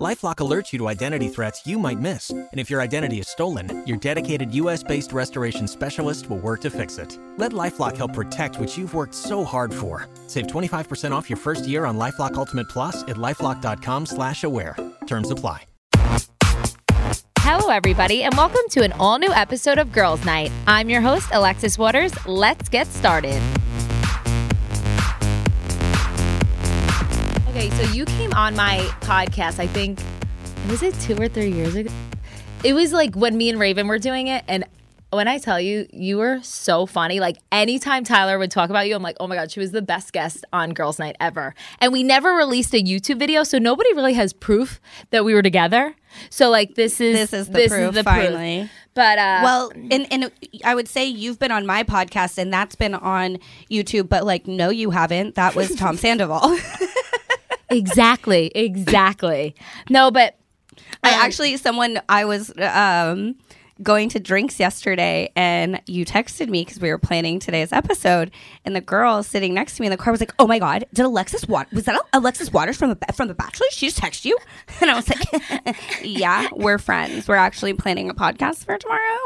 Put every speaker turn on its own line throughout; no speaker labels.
Lifelock alerts you to identity threats you might miss. And if your identity is stolen, your dedicated US based restoration specialist will work to fix it. Let Lifelock help protect what you've worked so hard for. Save 25% off your first year on Lifelock Ultimate Plus at lifelock.com slash aware. Terms apply.
Hello, everybody, and welcome to an all new episode of Girls Night. I'm your host, Alexis Waters. Let's get started. Okay, so you came on my podcast, I think, was it two or three years ago? It was like when me and Raven were doing it, and when I tell you, you were so funny. Like anytime Tyler would talk about you, I'm like, oh my God, she was the best guest on Girls Night ever. And we never released a YouTube video, so nobody really has proof that we were together. So like this is
This is the proof, finally.
But uh,
Well, and and I would say you've been on my podcast and that's been on YouTube, but like no, you haven't. That was Tom Sandoval.
exactly, exactly. No, but
I
Um,
actually someone I was um going to drinks yesterday and you texted me because we were planning today's episode and the girl sitting next to me in the car was like oh my god did alexis Wat- was that alexis waters from the from the bachelor she just texted you and i was like yeah we're friends we're actually planning a podcast for tomorrow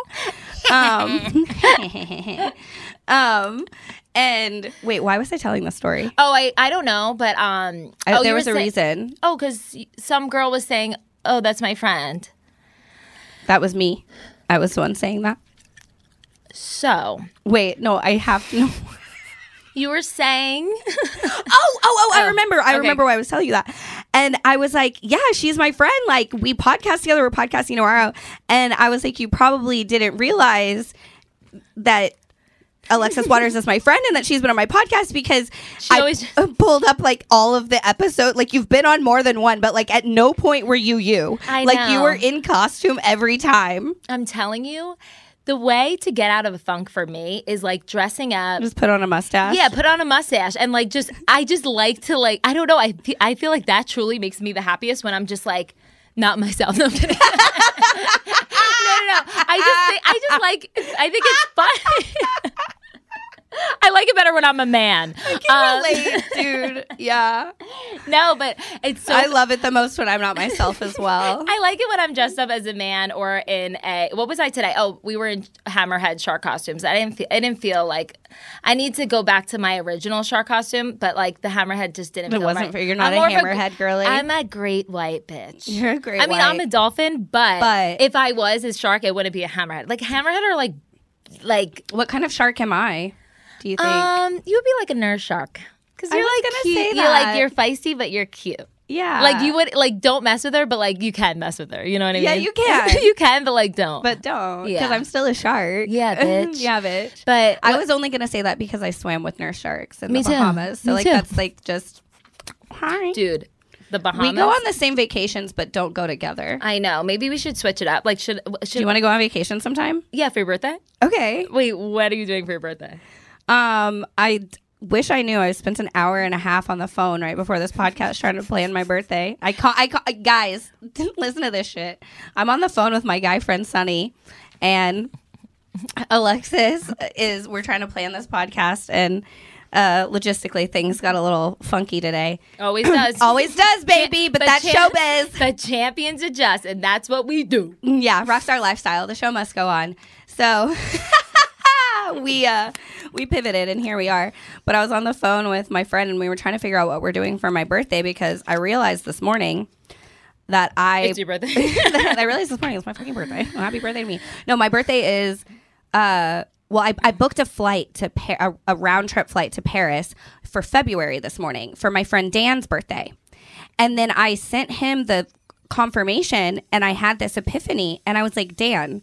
um, um and wait why was i telling this story
oh, I I don't know, but um,
I,
oh, you
there
were
was a
say-
reason
Oh, because some girl was saying, "Oh, that's my friend."
that was me i was the one saying that
So
wait no i have no
you were saying,
Oh, oh,
Oh,
oh, I remember. I
okay.
remember why I was telling you that. And I was like, yeah, she's my friend. Like, we podcast together. We're podcasting tomorrow. And I was like, you probably didn't realize that Alexis Waters is my friend and that she's been on my podcast because I
always-
pulled up like all of the episode. Like, you've been on more than one, but like, at no point were you you.
I
like,
know.
you were in costume every time.
"I'm telling you, the way to get out of a funk for me is like dressing up."
Just put on a mustache.
Yeah, put on a mustache and like just I just like to like I don't know I fe- I feel like that truly makes me the happiest when I'm just like not myself. No, I'm kidding. no, no, no. I just think, I just like I think it's fun. I like it better when I'm a man. Um,
Relate, dude. Yeah.
no, but it's so
I love it the most when I'm not myself as well.
I like it when I'm dressed up as a man or in a what was I today? Oh, we were in hammerhead shark costumes. I didn't feel, I didn't feel like I need to go back to my original shark costume, but like the hammerhead just didn't.
It
feel
wasn't
right.
for- you're not a
more of
hammerhead girly?
I'm a great white bitch.
You're a great
I mean, I'm
white.
a dolphin, but,
But-
if I was a shark, it wouldn't be a hammerhead. Like hammerhead or like like
What kind of shark am I? Do you think?
um, you would be like a nurse shark because
I
you're
was
like
gonna
cute.
say
You're like
that.
you're feisty, but you're cute.
yeah,
Like you would like don't mess with her, but like you can mess with her. You know what I
Yeah,
mean?
you can.
you can, but like don't.
but don't because
Yeah.
I'm still a shark.
Yeah, bitch.
yeah, bitch.
but
I was only gonna say that because I swam with nurse sharks in
Me
the
too.
Bahamas. So
Me
like
too.
that's like just hi.
dude, the Bahamas.
we go on the same vacations, but don't go together.
I know. Maybe we should switch it up. Like should
Do
should
you want to go on vacation sometime?
yeah for your birthday?
Okay.
Wait, what are you doing for your birthday?
Um, I d- wish I knew. I spent an hour and a half on the phone right before this podcast trying to plan my birthday. I call, I call, guys, listen to this shit. I'm on the phone with my guy friend Sunny, and Alexis is. We're trying to plan this podcast, and uh, logistically things got a little funky today.
Always does.
Always does, baby, but, that's
champ-
showbiz.
But champions adjust, and that's what we do.
Yeah, rockstar lifestyle. The show must go on. So we uh we pivoted and here we are. But I was on the phone with my friend and we were trying to figure out what we're doing for my birthday because I realized this morning that I
It's your birthday.
I realized this morning it's my fucking birthday. Well, happy birthday to me. No, my birthday is uh well, I, I booked a flight to Par- a, a round trip flight to Paris for February this morning for my friend Dan's birthday. And then I sent him the confirmation and I had this epiphany and I was like, "Dan,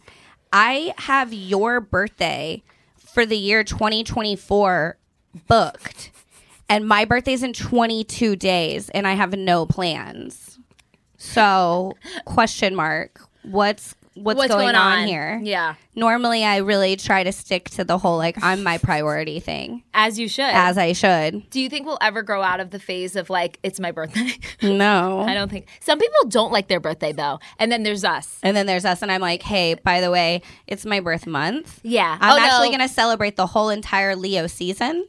I have your birthday for the year 2024 booked." And my birthday's in 22 days and I have no plans. So, question mark, what's what's, going, on, here.
Yeah,
Normally, I really try to stick to the whole like I'm my priority thing,
as you should.
as I should.
Do you think we'll ever grow out of the phase of like it's my birthday?
No.
I don't think some people don't like their birthday though, and then there's us.
And then there's us, and I'm like, hey, by the way, it's my birth month.
Yeah,
I'm
Oh, no. Mm.
actually going to celebrate the whole entire Leo season.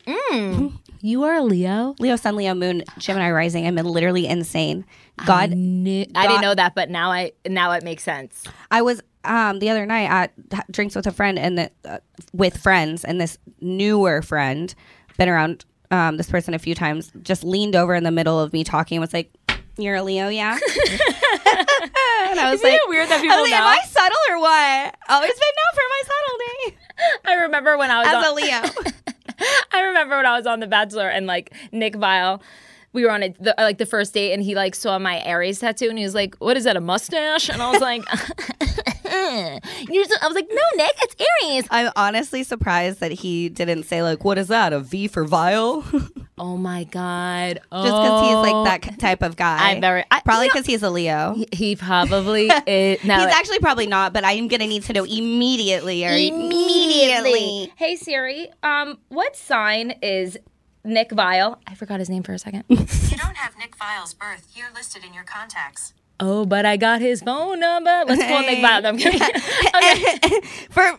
You are a Leo.
Leo Sun, Leo Moon, Gemini Rising. I'm literally insane. God,
Ni- I didn't know that, but now I now it makes sense.
I was um, the other night at h- drinks with a friend and the, uh, with friends, and this newer friend, been around um, this person a few times, just leaned over in the middle of me talking and was like, "You're a Leo, yeah." and I was like,
weird that
I was like, "Am I subtle or what?" Always been known for my subtlety
I remember when I was
as
on,
a Leo.
I remember when I was on The Bachelor and like Nick Vile, we were on a, the, like the first date and he like saw my Aries tattoo and he was like, "What is that? A mustache?" And I was like, "You're," so, I was like, "No, Nick, it's Aries."
I'm honestly surprised that he didn't say like, "What is that? A V for vile?"
Oh my god! Oh.
Just because he's like that k- type of guy.
I'm very- I-
probably
you know-
because he's a Leo.
He probably is. No,
he's actually probably not, but I am gonna need to know immediately or immediately.
Hey Siri, um, what sign is Nick Vile? I forgot his name for a second.
You don't have Nick Vile's birth year listed in your contacts.
oh, but I got his phone number. Let's call Nick Vile. No, I'm kidding.
For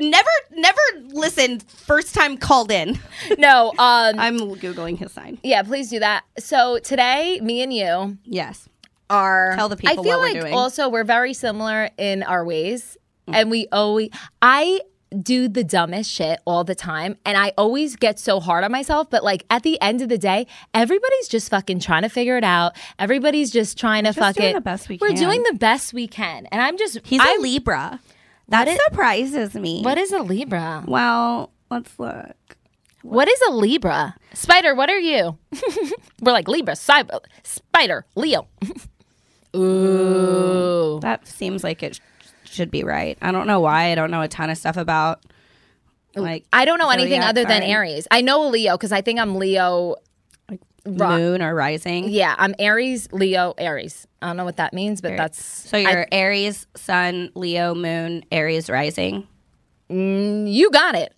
never, never listened. First time called in.
no, um,
I'm googling his sign.
yeah, please do that. So today, me and you
Yes,
are.
Tell the people
I feel
what we're
like
doing. Mm.
also we're very similar in our ways, and we always. I do the dumbest shit all the time, and I always get so hard on myself. But like at the end of the day, everybody's just fucking trying to figure it out. Everybody's just trying to
just
fuck
doing
it.
the best we
we're
can.
doing the best we can, and I'm just.
he's
I'm-
a Libra. That
is-
surprises me.
What is a Libra?
Well, let's look.
What is a Libra? Spider, what are you? We're like Libra, cyber, Spider, Leo. Ooh.
That seems like it sh- should be right. I don't know why. I don't know a ton of stuff about like
I don't know anything
zodiac
other than
sign.
Aries. I know Leo because I think I'm Leo. Rock.
moon or rising.
Yeah, I'm Aries, Leo, Aries. I don't know what that means, but that's
So you're Aries, Sun, Leo, Moon, Aries, Rising.
you got it.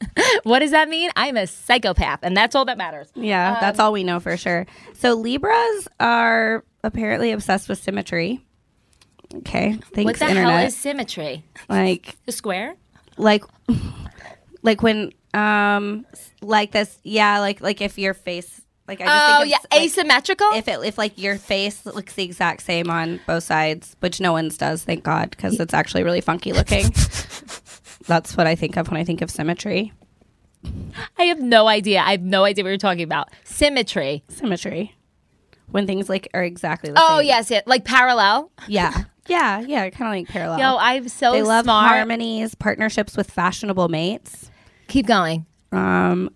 what does that mean? I'm a psychopath, and that's all that matters.
Yeah, that's
Um,
all we know for sure. So Libras are apparently obsessed with symmetry. Okay, thanks
What the
internet.
hell is symmetry?
like,
The square?
like, like when, um, like this. Yeah, like like if your face, like I just
Oh
think
yeah,
of, like,
asymmetrical.
if it if like your face looks the exact same on both sides, which no one's does, thank God, because it's actually really funky looking. That's what I think of when I think of symmetry.
I have no idea. I have no idea what you're talking about. Symmetry.
Symmetry. When things like are exactly the
Oh
same.
yes, yeah, like parallel.
Yeah. Yeah, yeah, kind of like parallel.
Yo, I'm so
they love
smart.
harmonies, partnerships with fashionable mates.
Keep going.
Um,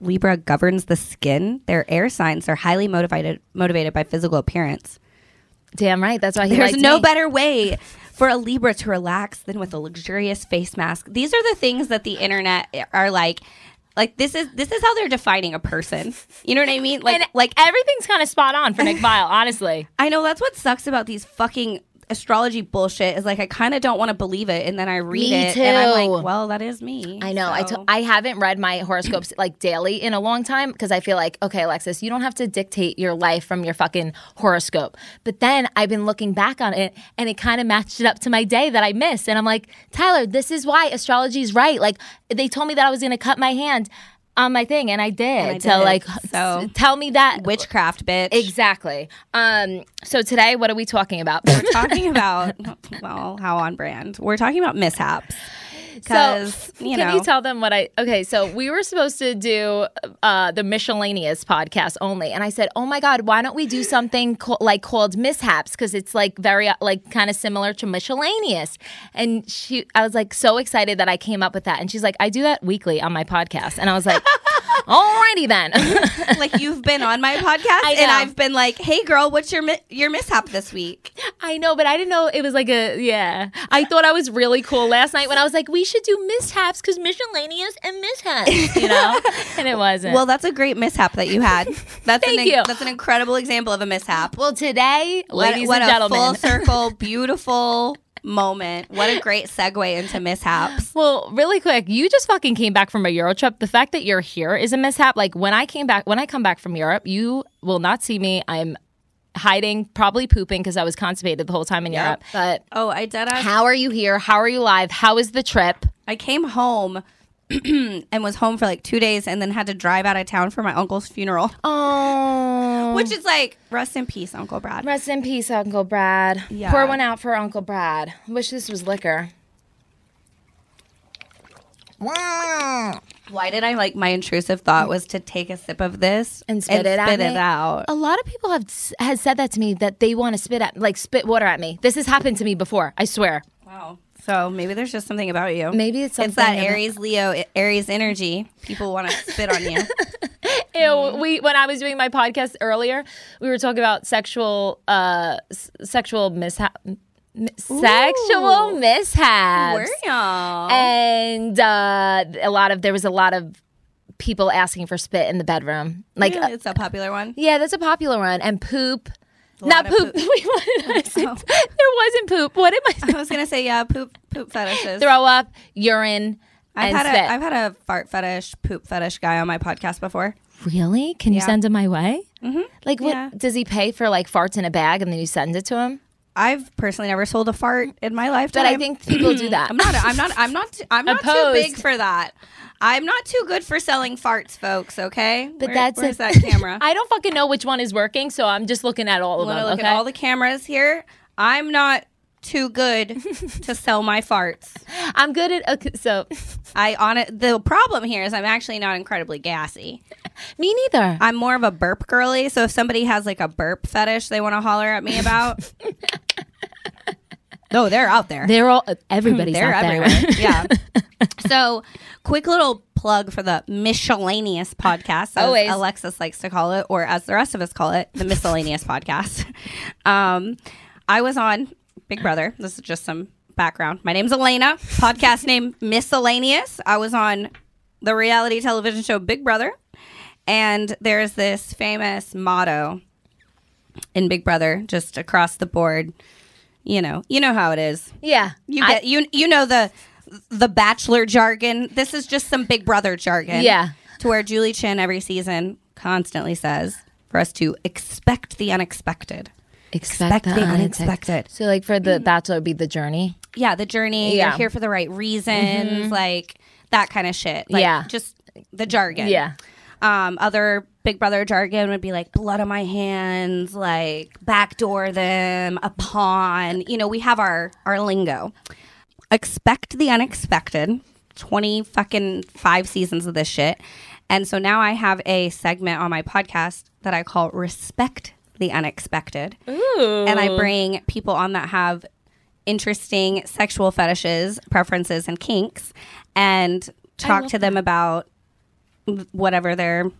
Libra governs the skin. Their air signs are highly motivated motivated by physical appearance.
Damn right. That's why he
There's
likes
no
me.
better way for a Libra to relax than with a luxurious face mask. These are the things that the internet eh, are like. Like this is this is how they're defining a person. You know what I mean? Like
And
like
like everything's kind of spot on for Nick Vile, honestly.
I know that's what sucks about these fucking astrology bullshit is like I kind of don't want to believe it and then I read
Me
it and I'm
too.
like, well, that is me.
I know. I I, t-
So-
I haven't read my horoscopes like daily in a long time because I feel like, okay, Alexis, you don't have to dictate your life from your fucking horoscope. But then I've been looking back on it and it kind of matched it up to my day that I missed. And I'm like, Tyler, this is why astrology's right. Like, they told me that I was going to cut my hand on my thing and I did. so,
did.
like,
So-
s- tell me that.
witchcraft bitch.
Exactly. Um, so today, what are we talking about?
We're talking about well, how on brand. We're talking about mishaps.
so,
Because you
can
know
you tell them what I? Okay, so we were supposed to do uh, the miscellaneous podcast only, and I said, "Oh my God, why don't we do something co- like called mishaps? Because it's like very uh, like kind of similar to miscellaneous." And she, I was like so excited that I came up with that, and she's like, "I do that weekly on my podcast," and I was like, "Alrighty then."
like you've been on my podcast
I
and
know.
I've been like, "Hey girl, what's your mi- your mishap this week?"
I know, but I didn't know it was like a yeah. I thought I was really cool last night when I was like, we should do mishaps because miscellaneous and mishaps, you know, and it wasn't.
Well, that's a great mishap that you had. That's
Thank
an,
you.
That's an incredible example of a mishap.
well, today,
What-
ladies
what
and
a
gentlemen,
full circle, beautiful moment. What a great segue into mishaps.
Well, really quick, you just fucking came back from a Euro trip. The fact that you're here is a mishap. Like when I came back, when I come back from Europe, you will not see me. I'm hiding, probably pooping because I was constipated the whole time in Europe. But
Oh, I did.
how are you here? How are you live? How is the trip?
I came home and was home for like two days, and then had to drive out of town for my uncle's funeral,
Oh,
which is like rest in peace, Uncle Brad.
rest in peace, Uncle Brad.
Yeah.
Pour one out for Uncle Brad. Wish this was liquor.
Why did I like my intrusive thought was to take a sip of this
And spit it at
spit
me?
it out.
A lot of people have s- has said that to me that they want to spit at like spit water at me. This has happened to me before. I swear.
Wow. So maybe there's just something about you.
Maybe it's something
it's that
about-
Aries Leo Aries energy. People want to spit on you.
Ew, we when I was doing my podcast earlier, we were talking about sexual uh s- sexual mishap m- sexual mishaps.
y'all?
And uh a lot of there was a lot of people asking for spit in the bedroom. Like uh,
it's a popular one.
yeah, that's a popular one and poop. Not
lot of
poop.
poop.
We wanted to say- There wasn't poop. What am I
I was gonna say yeah, poop poop fetishes.
throw up, urine,
I've
and
had
spit.
a I've had a fart fetish, poop fetish guy on my podcast before.
really? Can you
Yeah.
send him my way? Mm-hmm. Like what
Yeah.
does he pay for like farts in a bag and then you send it to him?
I've personally never sold a fart in my life,
But I think people do that.
I'm not I'm not I'm not I'm not too
Opposed.
big for that. I'm not too good for selling farts, folks. Okay,
but
Where-
that's
where's
it.
that camera.
I don't fucking know which one is working, so I'm just looking at all of
want
them.
to look
okay.
at all the cameras here. I'm not too good to sell my farts.
I'm good at okay, so.
I on it. The problem here is I'm actually not incredibly gassy.
Me neither.
I'm more of a burp girly. So if somebody has like a burp fetish, they want to holler at me about. no, they're out there.
They're all everybody's
They're
out there.
everywhere. yeah. So, quick little plug for the miscellaneous podcast, as
Always.
Alexis likes to call it, or as the rest of us call it, the miscellaneous podcast. Um, I was on Big Brother. This is just some background. My name's Elena. Podcast name Miscellaneous. I was on the reality television show Big Brother, and there's this famous motto in Big Brother, just across the board. You know, you know how it is.
Yeah.
You
I-
get you you know the the bachelor jargon. This is just some Big Brother jargon.
Yeah.
To where Julie Chin every season constantly says for us to expect the unexpected.
expect,
expect the
unex-
unexpected. Mm.
So like for the bachelor it'd be the journey.
Yeah, the journey.
Yeah. Mm-hmm.
You're here for the right reasons, like that kind of shit. Like,
Yeah.
Just the jargon.
Yeah.
Um, other Big Brother jargon would be like blood on my hands, like backdoor them, upon. You know, we have our our lingo. Expect the unexpected. Twenty fucking five seasons of this shit, and so now I have a segment on my podcast that I call "Respect the Unexpected," and I bring people on that have interesting sexual fetishes, preferences, and kinks, and talk to them about whatever their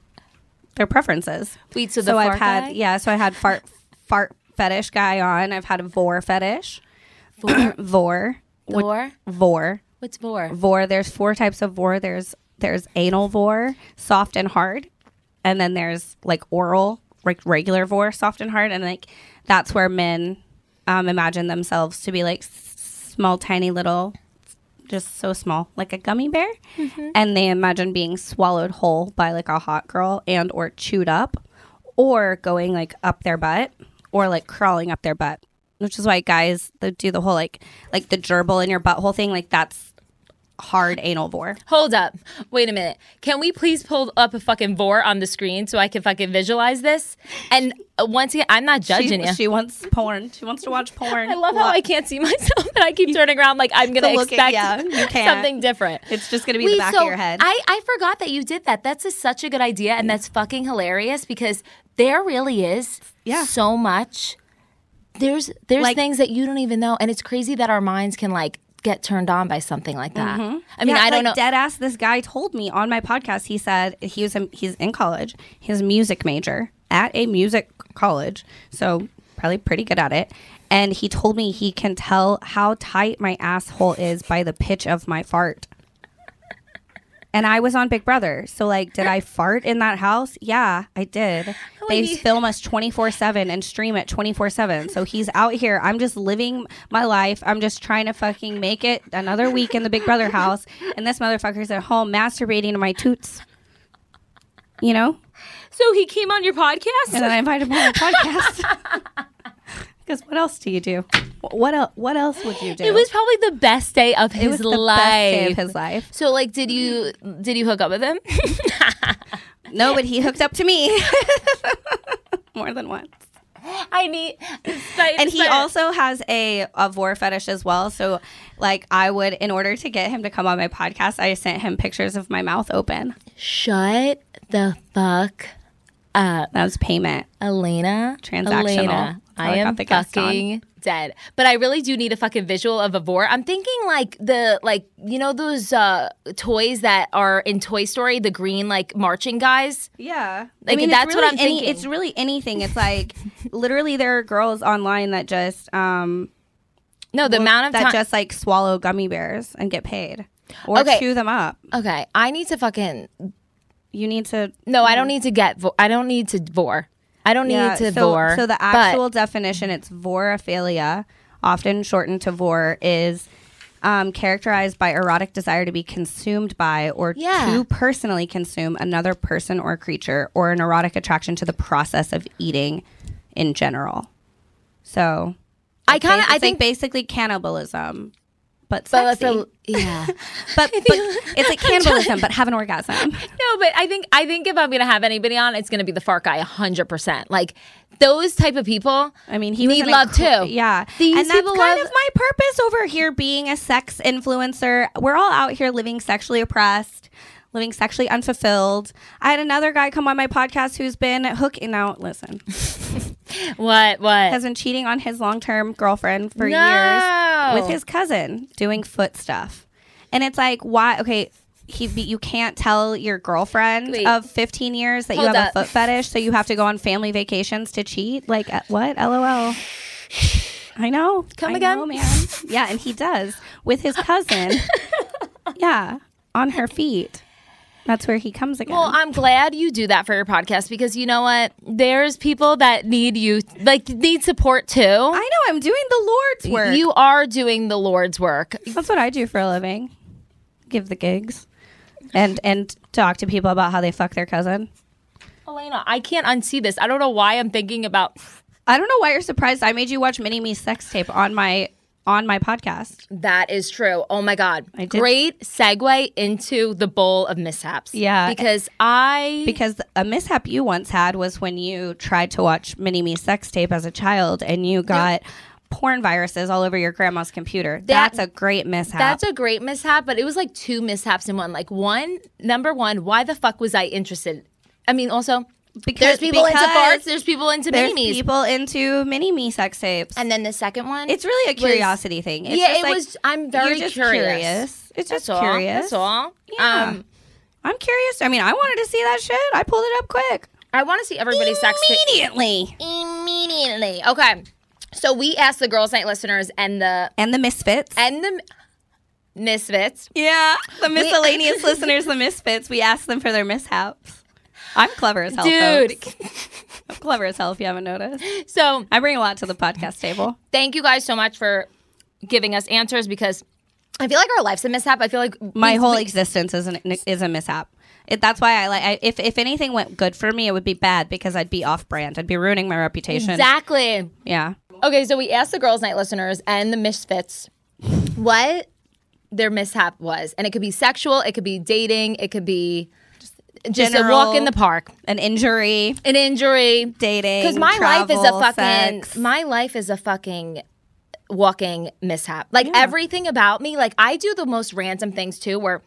their preferences.
Wait, so the
so I've
fart
had
guy?
yeah, so I had fart fart fetish guy on. I've had a vor fetish. Vor vor
Vor?
vor
What's vor?
vor. There's four types of vor. There's there's anal vor, soft and hard, and then there's like oral, like regular vor, soft and hard, and like that's where men um, imagine themselves to be like s- small, tiny little, just so small, like a gummy bear, and they imagine being swallowed whole by like a hot girl and or chewed up, or going like up their butt, or like crawling up their butt. Which is why guys they do the whole like like the gerbil in your butthole thing like that's hard anal vor.
Hold up. Wait a minute. Can we please pull up a fucking vor on the screen so I can fucking visualize this? And uh, once again, I'm not judging
She,
you.
she wants porn. She wants to watch porn.
I love how I can't see myself, but I keep turning around like I'm gonna
To look at-
expect
yeah, you can't.
something different.
It's just gonna be the
Wait,
back
so
of your head.
I, I forgot that you did that. That's a, such a good idea, and that's fucking hilarious because there really is
Yeah.
so much. There's there's
Like-
things that you don't even know, and it's crazy that our minds can like get turned on by something like that. I mean,
Mm-hmm. Yeah,
I don't
like
know.
Dead ass. This guy told me on my podcast. He said he was a, he's in college. He's a music major at a music college. So probably pretty good at it. And he told me he can tell how tight my asshole is by the pitch of my fart. And I was on Big Brother. So, like, did I fart in that house? Yeah, I did. They
Wait.
film us 24 7 and stream it 24 7. So he's out here. I'm just living my life. I'm just trying to fucking make it another week in the Big Brother house. And this motherfucker's at home masturbating to my toots. You know?
So he came on your podcast?
and then I invited him on the podcast. Because what else do you do? What el- What else would you do?
It was probably the best day of his
it was the
life.
best day of his life.
So like did you did you hook up with him?
No, but he hooked up to me more than once.
I need
And he also has a, a vor fetish as well. So, like, I would, in order to get him to come on my podcast, I sent him pictures of my mouth open.
Shut the fuck up.
That was payment.
Elena.
Transactional.
Elena,
That's how
I
I got
am
the guest on.
fucking dead. But I really do need a fucking visual of a vor. I'm thinking like the like you know those uh toys that are in Toy Story, the green like marching guys.
Yeah.
Like,
it's
that's what
really
I'm
any-
thinking.
It's really anything. It's like literally there are girls online that just um
No, the amount of
that
time.
just like swallow gummy bears and get paid. Or
Okay.
chew them up.
okay, I need to fucking
You need to
no. I don't need to get. Vo- I don't need to vor. I don't need to
Mm. so,
vor.
So the
but-
actual definition, it's vorophilia, often shortened to vor, is um, characterized by erotic desire to be consumed by or
Yeah.
to personally consume another person or creature, or an erotic attraction to the process of eating in general. So
I kind of.
it's
I
like
think.
basically cannibalism, but
but let's
sexy. But,
yeah.
but, it's like cannibalism, but have an orgasm.
No, but I think I think if I'm gonna have anybody on, it's gonna be the fart guy, hundred percent. Like those type of people.
I mean, he was
need
an
love
inco-
too.
Yeah,
these
and that's
people
kind
love-
of my purpose over here, being a sex influencer. We're all out here living sexually oppressed, living sexually unfulfilled. I had another guy come on my podcast who's been hooking out. Listen,
What? What?
has been cheating on his long-term girlfriend for
No.
years with his cousin, doing foot stuff, and it's like, why? Okay. He, be- you can't tell your girlfriend
Wait.
of 15 years that you
Hold
have
up.
a foot fetish, so you have to go on family vacations to cheat. Like, uh, what? LOL. I know.
Come
I
again?
know, man. Yeah, and he does with his cousin. yeah, on her feet. That's where he comes again.
Well, I'm glad you do that for your podcast because you know what? There's people that need you, like need support too.
I know. I'm doing the Lord's work.
You are doing the Lord's work.
That's what I do for a living. Give the gigs, and and talk to people about how they fuck their cousin.
Elena, I can't unsee this. I don't know why I'm thinking about
I don't know why you're surprised. I made you watch Mini Me's sex tape on my on my podcast.
that is true. Oh my God.
I did-
Great segue into the bowl of mishaps.
Yeah.
Because I
Because a mishap you once had was when you tried to watch Mini Me's sex tape as a child, and you got. Porn viruses all over your grandma's computer.
That-
that's a great mishap.
That's a great mishap, but it was like two mishaps in one. Like one, number one, why the fuck was I interested? I mean, also
Because-
there's people into
because
farts, there's people into
There's
minis,
people into mini me sex tapes.
and then the second one,
it's really a
was-
curiosity thing. It's
yeah,
just
it
like,
was. I'm very
you're just
curious.
It's
That's
just
all.
curious.
That's all.
Yeah.
Um,
I'm curious. I mean, I wanted to see that shit. I pulled it up quick.
I want to see everybody's sex tape.
Immediately.
immediately. Okay, so we asked the girls' night listeners and the
And the misfits.
and the misfits.
yeah. The miscellaneous listeners, the misfits. We asked them for their mishaps. I'm clever as hell,
Dude.
folks. I'm clever as hell if you haven't noticed.
So
I bring a lot to the podcast table.
thank you guys so much for giving us answers because I feel like our life's a mishap. I feel like
My
we-
whole existence is an, is a mishap. It, that's why I like. I, if if anything went good for me, it would be bad because I'd be off brand. I'd be ruining my reputation.
exactly.
Yeah.
Okay, so we asked the girls' night listeners and the misfits what their mishap was, and it could be sexual, it could be dating, it could be just
General-
a walk in the park,
An injury,
an injury,
dating.
because my life is a
travel,
fucking
sex.
my life is a fucking walking mishap. Like everything about me, like I do the most random things too, where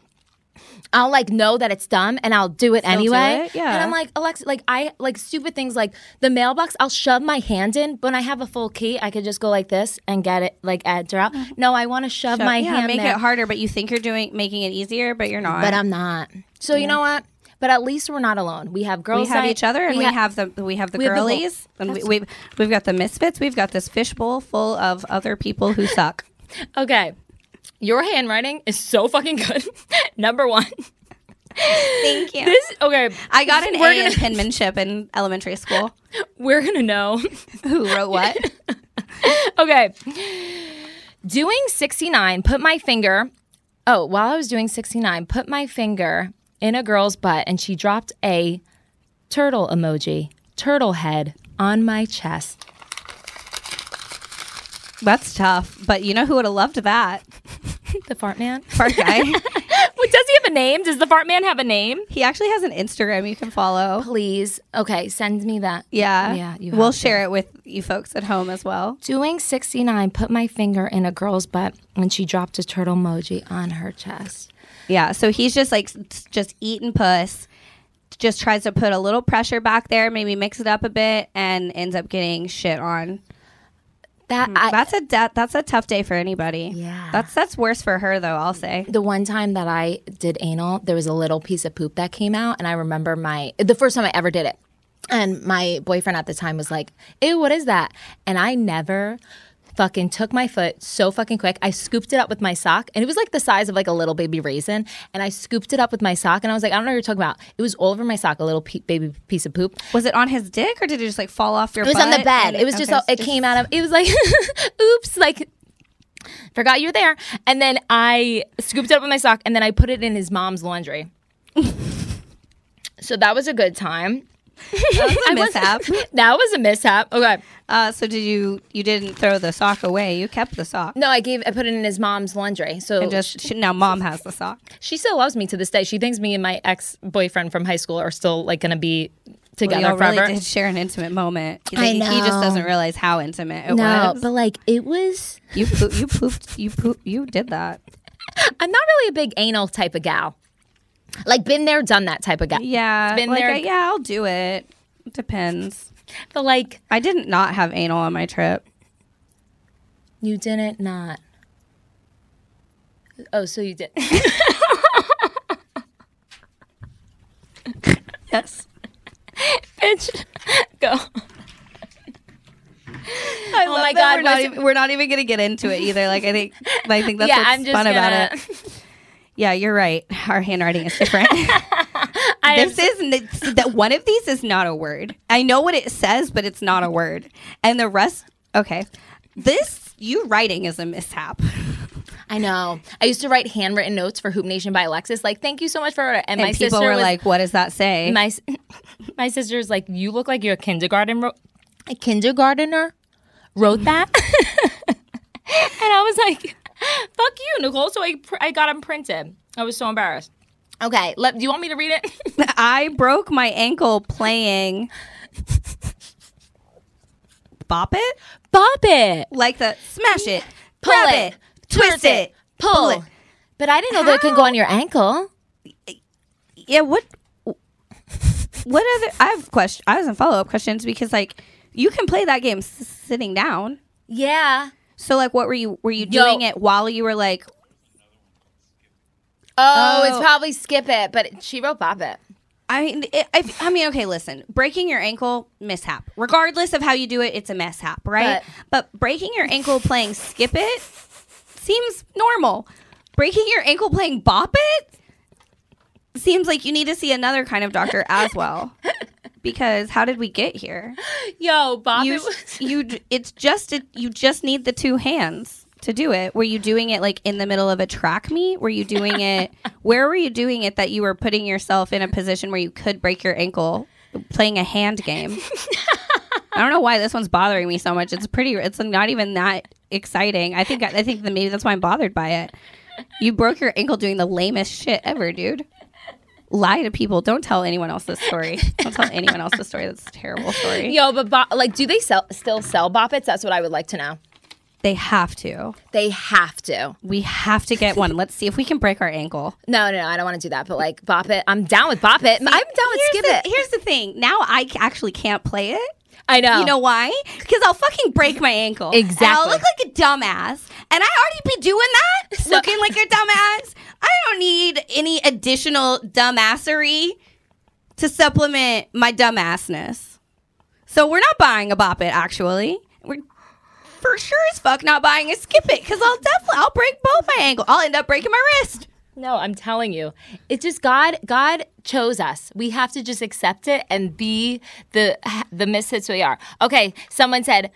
I'll like know that it's dumb and I'll do it anyway.
it? Yeah.
And I'm like, Alexa, like I like stupid things like the mailbox, I'll shove my hand in. But when I have a full key, I could just go like this and get it like enter out. No, I want to shove
So,
my
Mm-hmm. yeah,
hand
make
there.
it harder, but you think you're doing making it easier, but you're not.
But I'm not. So you know what? But at least we're not alone. We have girls.
we have
night,
each other, and we,
ha-
have the we have the
we have the whole-
girlies, and we, we've we've got the misfits. We've got this fishbowl full of other people who suck.
Okay. Your handwriting is so fucking good. Number one.
Thank you.
This okay.
I got an
we're
A in
gonna,
penmanship in elementary school.
We're gonna know.
Who wrote what?
Okay. Doing 69, put my finger. Oh, while I was doing 69, put my finger in a girl's butt and she dropped a turtle emoji, turtle head on my chest.
That's tough, but you know who would have loved that?
The fart man.
Fart guy.
Wait, Does he have a name? Does the fart man have a name?
he actually has an Instagram you can follow.
Please. Okay, send me that.
Yeah,
Yeah, you
we'll
have to.
share it with you folks at home as well.
Doing 69, put my finger in a girl's butt and she dropped a turtle emoji on her chest.
Yeah, so he's just like s- just eating puss. Just tries to put a little pressure back there, maybe mix it up a bit, and ends up getting shit on.
That I,
that's a de- that's a tough day for anybody.
Yeah.
that's that's worse for her though. I'll say.
the one time that I did anal, there was a little piece of poop that came out, and I remember my the first time I ever did it, and my boyfriend at the time was like, "Ew, what is that?" And I never fucking took my foot so fucking quick. I scooped it up with my sock, and it was like the size of like a little baby raisin, and I scooped it up with my sock, and I was like, "I don't know what you're talking about." It was all over my sock, a little pe- baby piece of poop.
Was it on his dick or did it just like fall off your?
It was on the bed. It was just all, it came out of it was like oops, like forgot you were there. And then I scooped it up with my sock and then I put it in his mom's laundry. so that was a good time.
a mishap.
That was a mishap. Okay.
uh, so did you? You didn't throw the sock away. You kept the sock.
No, I gave I put it in his mom's laundry. So
And just she, now, mom has the sock.
she still loves me to this day. She thinks me and my ex boyfriend from high school are still like gonna be together
Y'all
forever.
really did share an intimate moment.
I
He just
know.
doesn't realize how intimate it
no,
was.
but like it was
you poo- you pooped you poop you did that.
I'm not really a big anal type of gal. Like been there, done that type of gal.
Yeah,
been
like
there.
I- yeah, I'll do it. Depends.
But like
I didn't not have anal on my trip.
you didn't not. Oh, so you did.
Yes.
Bitch, go. oh my
But
god,
we're not,
what's-
even, we're not even gonna get into it either. Like I think, I think that's
yeah,
what's
I'm just
fun
gonna,
about it. Yeah, you're right. Our handwriting is different.
I am
this is n- that one of these is not a word. I know what it says, but it's not a word. And the rest, okay. This you writing is a mishap.
I know. I used to write handwritten notes for Hoop Nation by Alexis. Like, thank you so much for and,
And
my
people
sister
were
was,
like, "What does that say?"
my s- my sister's like, you look like you're a kindergarten ro- a kindergartner wrote that, and I was like, fuck you, Nicole. So I pr- I got them printed. I was so embarrassed. Okay, let, do you want me to read it?
I broke my ankle playing. Bop it
Bop it,
like the smash it,
pull
grab
it,
it, twist it.
pull.
it.
But I didn't know that it could go on your ankle.
yeah what what other i have question i have some follow-up questions because like you can play that game s- sitting down
Yeah.
so like what were you were you
Yo.
doing it while you were like
Oh, it's
Oh.
probably skip it, but she wrote bop it.
i mean it, I, I mean okay listen breaking your ankle mishap regardless of how you do it it's a mishap right but, breaking your ankle playing skip it seems normal breaking your ankle playing bop it seems like you need to see another kind of doctor as well because how did we get here
Yo, bop
you,
it. was-
you j- it's just a, you just need the two hands to do it were you doing it like in the middle of a track meet were you doing it where were you doing it that you were putting yourself in a position where you could break your ankle playing a hand game i don't know why this one's bothering me so much it's pretty it's not even that exciting i think i think that maybe that's why i'm bothered by it you broke your ankle doing the lamest shit ever dude lie to people don't tell anyone else this story don't tell anyone else this story that's a terrible story
Yo, but bop, like, do they sell still sell bop its? That's what I would like to know.
They have to.
They have to.
We have to get one. Let's see if we can break our ankle.
No, no, no, I don't want to do that. But like, bop it. I'm down with bop it. I'm down with skip
the,
it.
Here's the thing. Now I c- actually can't play it.
I know.
You know why? Because I'll fucking break my ankle. And I'll
Oh. Exactly.
look like a dumbass. And I already be doing that, looking like a dumbass. I don't need any additional dumbassery. to supplement my dumbassness. So we're not buying a Bop It, actually. We're for sure as fuck not buying a Skip It because I'll definitely I'll break both my ankle. I'll end up breaking my wrist.
No, I'm telling you. It's just God God chose us. We have to just accept it and be the the misfits we are. Okay, someone said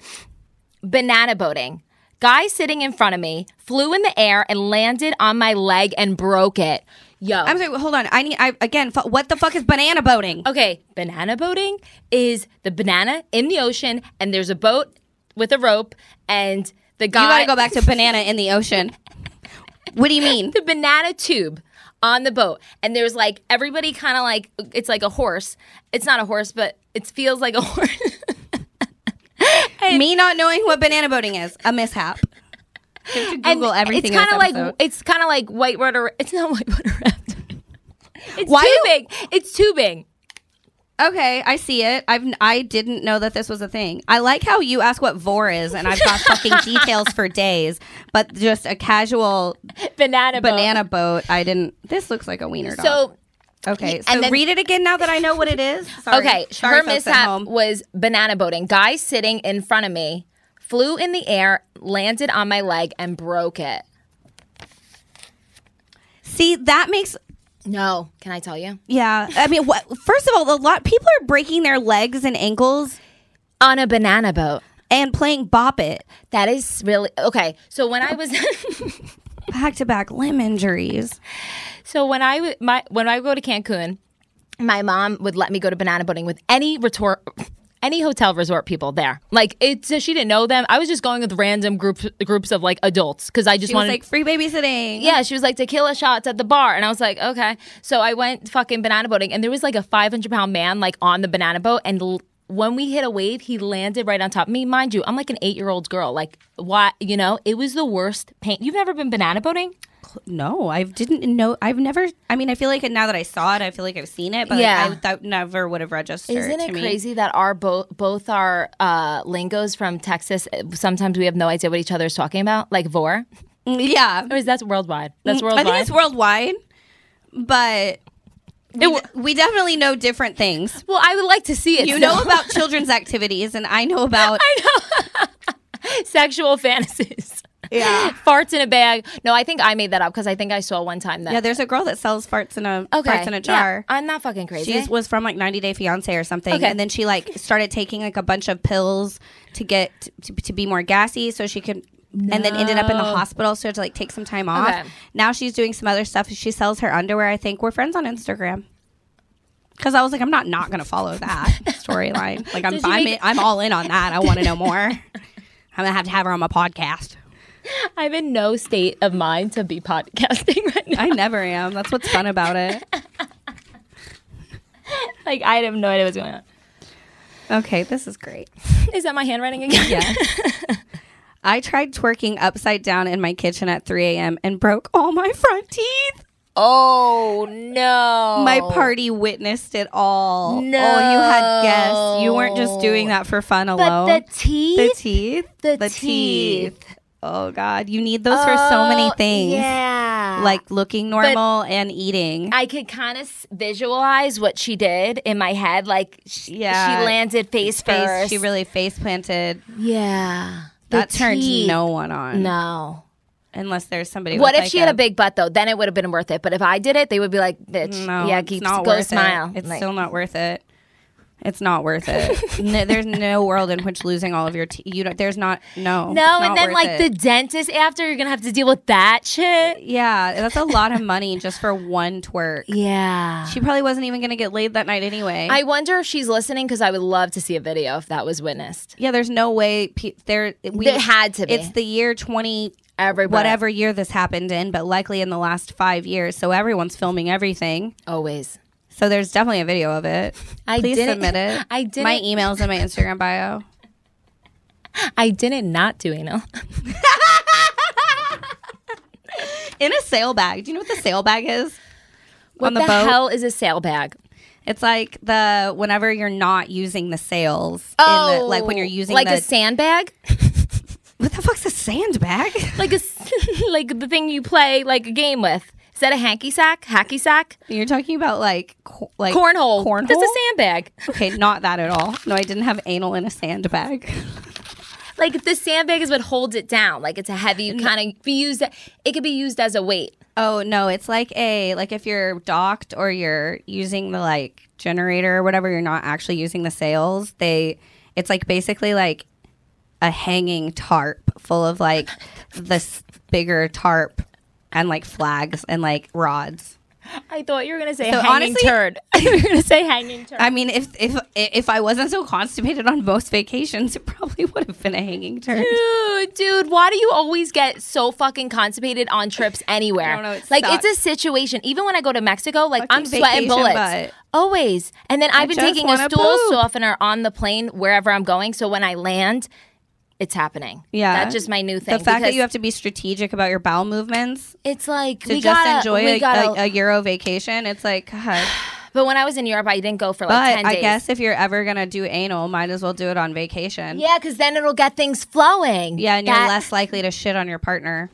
banana boating. Guy sitting in front of me flew in the air and landed on my leg and broke it. Yo.
I'm sorry. Hold on. I need. I again. Fu- what the fuck is banana boating?
Okay, banana boating is the banana in the ocean and there's a boat with a rope and the guy
You gotta go back to banana in the ocean. What do you mean?
the banana tube on the boat and there's like everybody kind of like it's like a horse it's not a horse but it feels like a horse
Me not knowing what banana boating is a mishap. You have to
and
Google everything.
it's kind of like
like
it's kind of like white water it's not white water rafting it's
Why do-
tubing it's tubing
okay, I see it. I've I didn't know that this was a thing. I like how you ask what vor is, and I've got fucking details for days, but just a casual
banana boat.
banana boat. I didn't. This looks like a wiener dog.
so
okay, so
and then-
read it again now that I know what it is. Sorry.
Okay,
Sorry,
her
folks at
mishap
home.
was banana boating. Guy sitting in front of me flew in the air, landed on my leg, and broke it.
See, that makes
No, can I tell you?
yeah. I mean, what, first of all, a lot people are breaking their legs and ankles
On a banana boat.
and playing bop it
That is really okay. So when I was
back to back limb injuries.
So when I w- my when I go to Cancun, my mom would let me go to banana boating with any retort. Any hotel resort people there, like it's she didn't know them. I was just going with random groups groups of like adults because I just
She was
wanted
like free babysitting.
Yeah, she was like tequila shots at the bar, and I was like, okay. So I went fucking banana boating, and there was like a 500 pound man like on the banana boat, and l- when we hit a wave, he landed right on top of me. Mind you, I'm like an eight year old girl. Like, why? You know, it was the worst pain. You've never been banana boating?
No, I didn't know. I've never. I mean, I feel like now that I saw it, I feel like I've seen it, but yeah.
Yeah.
like, I th- never would have registered.
Isn't
to
it
me.
crazy that our bo- both our uh, lingos from Texas? uh, Sometimes we have no idea what each other is talking about, like vor. Mm,
Mm, Yeah,
Or is that's worldwide? That's
I
worldwide.
think it's worldwide, but we,
w-
de- we definitely know different things.
well, I would like to see it.
You
so-
know about children's activities, and I know about.
sexual fantasies.
Yeah.
farts in a bag. No, I think I made that up because I think I saw one time that.
yeah, there's a girl that sells farts in a farts in a jar.
Yeah, I'm not fucking crazy.
She just was from like 90 Day Fiance or something,
Okay.
and then she like started taking like a bunch of pills to get to, to be more gassy, so she could, and then ended up in the hospital, so had to like take some time off.
Okay.
Now she's doing some other stuff. She sells her underwear. I think we're friends on Instagram. Because I was like, I'm not not gonna follow that storyline. Like I'm
she
I'm,
make-
in- I'm all in on that. I want to know more. I'm gonna have to have her on my podcast.
I'm in no state of mind to be podcasting right now.
I never am. That's what's fun about it.
Like I have no idea what's going on.
Okay, this is great.
Is that my handwriting again?
Yeah. I tried twerking upside down in my kitchen at 3 a.m. and broke all my front teeth.
Oh no.
My party witnessed it all. No. All you had guessed. You weren't just doing that for fun
But
alone.
the teeth.
The teeth.
The
Oh, God. You need those for so many things.
Oh, Yeah.
Like looking normal and eating.
I could kind of visualize what she did in my head. Like, sh-
Yeah.
she landed face
face,
first.
she really face planted.
yeah. The
That turns
teeth.
no one on.
No.
Unless there's somebody.
What
with,
if
like,
she had a big butt though? Then it would have been worth it. But if I did it, they would be like, "Bitch,
No,
yeah,
it's
keep
not
go
worth it.
smile."
It's
Like,
still not worth it. It's not worth it. no, there's no world in which losing all of your teeth. You don't. There's not. No. it's
no,
not
and then
worth
like
it.
the dentist after, you're gonna have to deal with that shit.
Yeah, that's a lot of money just for one twerk.
Yeah.
She probably wasn't even gonna get laid that night anyway.
I wonder if she's listening because I would love to see a video if that was witnessed.
yeah, there's no way pe- there. We
There had to be.
It's the year twenty.
Everybody,
Whatever year this happened in, but likely in the last five years. So everyone's filming everything.
always.
So there's definitely a video of it.
I
Please
didn't-
submit it.
I didn't-
My email's in my Instagram bio.
I didn't not do anal.
in a sail bag. Do you know what the sail bag is?
What
On the
the
boat?
hell is a sail bag?
It's like the whenever you're not using the sails. in the, Oh. like when you're using
Oh, like
the,
a sandbag,
what the fuck's a sandbag?
like a s- like the thing you play like a game with. instead of hanky sack, hacky sack,
You're talking about like co- like
cornhole.
Cornhole.
That's a sandbag.
Okay, not that at all. No, I didn't have anal in a sandbag.
Like the sandbag is what holds it down. Like it's a heavy kind of be used. It could be used as a weight.
Oh no, it's like a like if you're docked or you're using the like generator or whatever, you're not actually using the sails. They it's like basically like a hanging tarp full of like this bigger tarp and like flags and like rods.
I thought you were gonna say
So
hanging
honestly-
turd. you were gonna say hanging turd.
I mean, if if if I wasn't so constipated on most vacations, it probably would have been a hanging turd.
Dude, dude, why do you always get so fucking constipated on trips anywhere?
I don't know, it
like it's
sucks.
a situation. Even when I go to Mexico, like I'm
Fucking
sweating
vacation
bullets.
butt.
Always. And then I've been
just
taking a
wanna
stool
poop.
softener on the plane wherever I'm going. So when I land, it's happening.
Yeah,
That's just my new thing.
The fact that
because
you have to be strategic about your bowel movements
it's like
to
we
just
gotta,
enjoy
we
a,
gotta,
a, a Euro vacation, it's like God.
But when I was in Europe, I didn't go for like
But
ten
I
days.
guess if you're ever gonna do anal, might as well do it on vacation.
yeah, because then it'll get things flowing.
Yeah, and you're
That-
less likely to shit on your partner.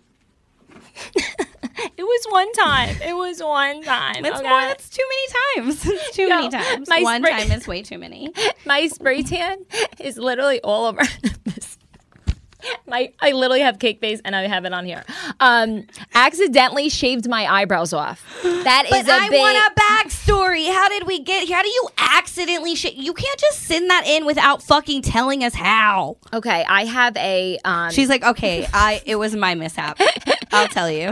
It was one time. It was one time.
It's
okay?
more. That's too many times. It's too many times.
my
One
spray-
time is way too many.
my spray tan is literally all over this. My I literally have cake face and I have it on here. Um, accidentally shaved my eyebrows off. That is
But
a
I
big.
want a backstory. How did we get? How do you accidentally shit? You can't just send that in without fucking telling us how.
okay, I have a. Um,
She's like, okay, I. It was my mishap. I'll tell you.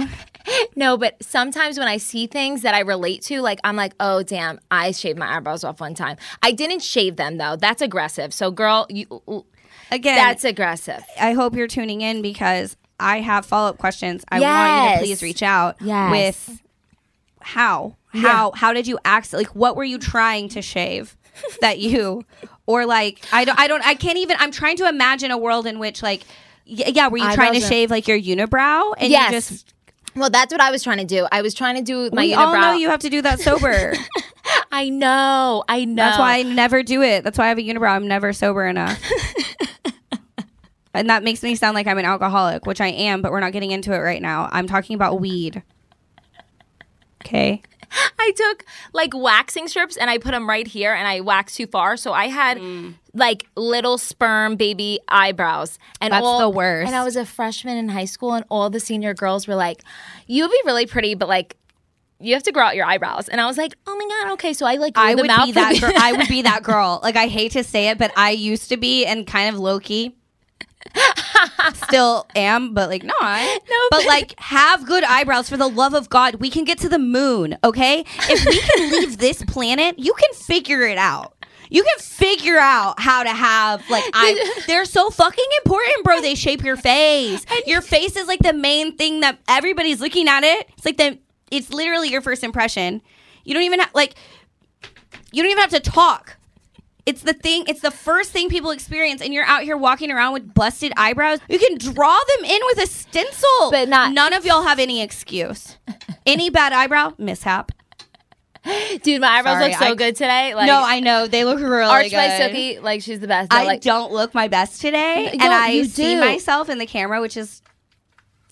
no, but sometimes when I see things that I relate to, like I'm like, oh damn, I shaved my eyebrows off one time. I didn't shave them though. That's aggressive. So girl, you.
Again,
That's aggressive.
I hope you're tuning in because I have follow up questions. I want you
Yes.
to please reach out
Yes.
with how how how did you act? Like, what were you trying to shave that you or like I don't I don't I can't even. I'm trying to imagine a world in which like y- yeah, were you trying to
Eyebrows are-
shave like your unibrow and
Yes.
you just
Well, that's what I was trying to do. I was trying to do my
we
unibrow.
all know you have to do that sober.
I know. I know.
That's why I never do it. That's why I have a unibrow. I'm never sober enough. and that makes me sound like I'm an alcoholic, which I am, but we're not getting into it right now. I'm talking about weed. Okay.
I took like waxing strips and I put them right here and I waxed too far. So I had like little sperm baby eyebrows. And
That's
all,
the worst.
And I was a freshman in high school and all the senior girls were like, you would be really pretty, but like, you have to grow out your eyebrows. And I was like, oh my God, okay. So I like, grew
I would
them out
be
for
that
the-
girl. I would be that girl. Like I hate to say it, but I used to be and kind of low key. Still am, but like not. No, but like have good eyebrows for the love of God. We can get to the moon, okay? If we can leave this planet, you can figure it out. You can figure out how to have like I. They're so fucking important, bro. They shape your face. Your face is like the main thing that everybody's looking at. It. It's like the. It's literally your first impression. You don't even have like you don't even have to talk. It's the thing, it's the first thing people experience, and you're out here walking around with busted eyebrows. You can draw them in with a stencil.
But not-
none of y'all have any excuse. Any bad eyebrow, mishap.
Dude, my eyebrows
Sorry,
look so
I-
good today. Like,
no, I know. They look really
Arch
good.
by Silky, like, she's the best. They're
I
like,
don't look my best today. and
No,
I
you
see
do.
myself in the camera, which is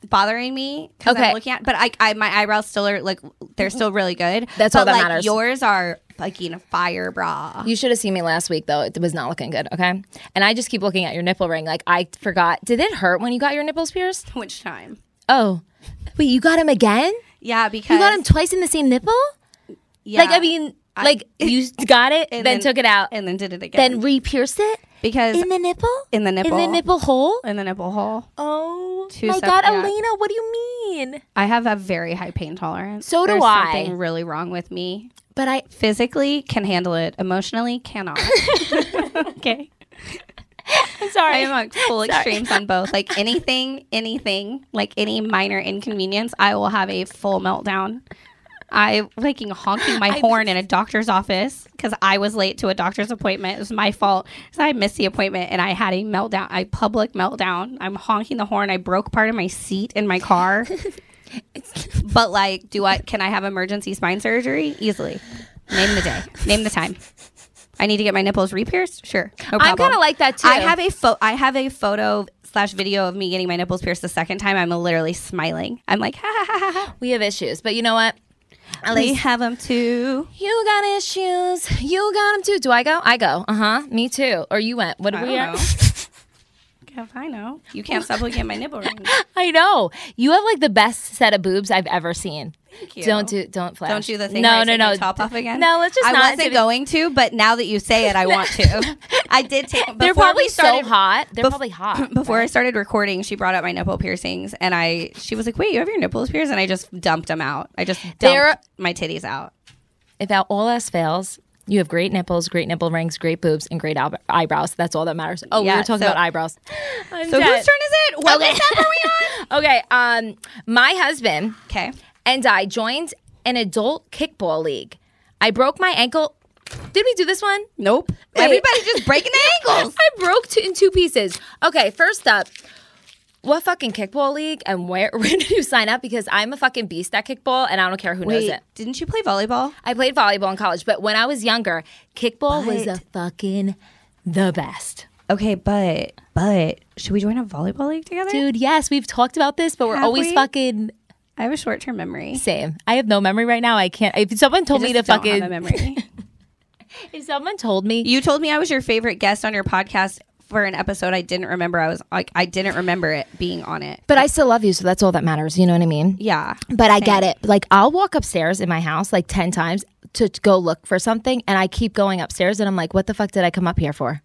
bothering me because
Okay.
I'm looking at but I, I my eyebrows still are like they're still really good.
That's
but
all that
like,
matters.
Yours are fucking fire bra.
You should have seen me last week though. It was not looking good, okay? And I just keep looking at your nipple ring. Like I forgot. Did it hurt when you got your nipples pierced?
Which time?
Oh. Wait, you got him again?
Yeah, because
You got him twice in the same nipple?
yeah.
Like I mean, like you got it, then,
then-
took it out,
and then did it again.
then re-pierced it
because
in the nipple?
in the
In the
nipple.
nipple hole?
in the nipple hole,
Oh
Two
my
sep-
god,
yeah.
Elena, what do you mean?
I have a very high pain tolerance.
So do
There's
I.
Something really wrong with me.
But I
Physically can handle it. Emotionally cannot. okay.
I'm sorry.
I am on full extremes on both. Like anything, anything, like any minor inconvenience, I will have a full meltdown. I fucking honking my horn in a doctor's office because I was late to a doctor's appointment. It was my fault 'cause I missed the appointment and I had a meltdown, a public meltdown. I'm honking the horn. I broke part of my seat in my car. but like, do I? Can I have emergency spine surgery easily? Name the day. Name the time. I need to get my nipples re-pierced. Sure, no problem.
I'm kind of like that too.
I have a pho- I have a photo slash video of me getting my nipples pierced the second time, I'm literally smiling. I'm like, ha ha ha ha. ha.
We have issues, but you know what? At
We
least
have them too.
you got issues. You got them too. Do I go? I go. Uh huh. Me too. Or you went. What
I
did we?
don't
at?
know. Kev, I know. You can't stop looking at my nipple ring.
I know. You have like the best set of boobs I've ever seen. Thank
you.
Don't do don't flash.
Don't do the thing.
No,
where I
no,
take
no.
My top off again.
No, let's just
I
not.
wasn't
do-
going to, but now that you say it, I want to. I did take.
They're
before
probably
we started,
so hot. They're
bef-
probably hot.
Before I started recording, she brought up my nipple piercings, and I she was like, "Wait, you have your nipples pierced?" And I just dumped them out. I just dumped
They're-
my titties out.
If all else fails, you have great nipples, great nipple rings, great boobs, and great eyebr- eyebrows. That's all that matters. Oh, we
Yeah,
were talking
so-
about eyebrows. I'm
So
dead.
whose turn is it? What
Okay.
step are we on?
Okay. Um, my husband
Okay.
and I joined an adult kickball league. I broke my ankle. Did we do this one?
Nope.
Wait.
Everybody's just breaking the ankles.
I broke two, in two pieces. Okay, first up, what fucking kickball league and where where did you sign up? Because I'm a fucking beast at kickball and I don't care who knows it.
didn't you play volleyball?
I played volleyball in college, but when I was younger, kickball was
But-
the fucking the best.
Okay, but but should we join a volleyball league together?
Dude, yes, we've talked about this, but we're
Have
always
we?
fucking
I have a short term memory.
same. I have no memory right now. I can't. If someone told
I
me
just
to
don't have
fucking,
a memory.
if someone told me,
You told me I was your favorite guest on your podcast for an episode I didn't remember. I was like, I didn't remember it being on it.
but I still love you, so that's all that matters. You know what I mean?
Yeah.
But I get it. Like I'll walk upstairs in my house like 10 times to t- go look for something and I keep going upstairs and I'm like, what the fuck did I come up here for?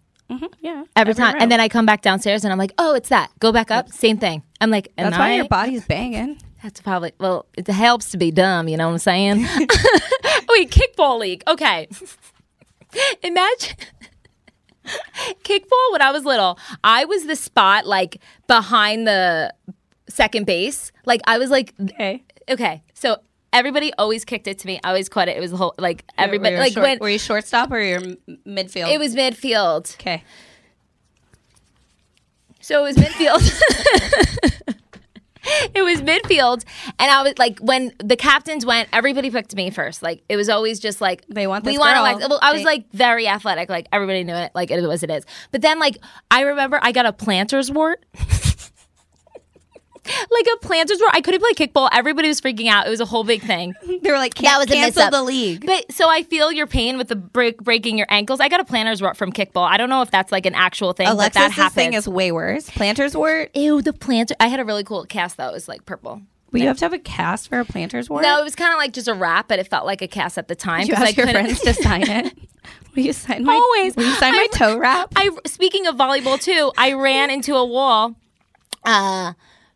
Yeah.
Every, time. And then I come back downstairs and I'm like, oh, it's that. Go back up. Same thing. I'm like, and
that's why
I-
your body's banging.
that's probably, well, it helps to be dumb. You know what I'm saying? Wait, kickball league. Okay. Imagine. Kickball, when I was little, I was the spot like behind the second base. Like I was like
Okay.
okay so everybody always kicked it to me i always caught it it was the whole like everybody like when
were you shortstop or your midfield?
it was midfield
okay.
so it was midfield it was midfield and i was like when the captains went everybody picked me first like it was always just like
They want
we
this
want
girl.
Alexa. well i was
They-
like very athletic like everybody knew it like it was it is but then like i remember i got a planter's wart like a planter's wart i couldn't play kickball everybody was freaking out it was a whole big thing
They were like, Can-
That was a
cancel
mix-up.
the league.
But so I feel your pain with the break, breaking your ankles. I got a planner's wart from kickball. I don't know if that's like an actual thing,
Alexis,
but that
this
happened.
thing is way worse. Planters wart.
Ew, the planter. I had a really cool cast though. It was like purple.
Well, you have to have a cast for a planters wart.
No, it was kind of like just a wrap, but it felt like a cast at the time.
you
'cause I
ask your
couldn't-
friends to sign it. Will you sign my
Always.
Will you sign my
I-
toe wrap?
I speaking of volleyball too, I ran into a wall, uh,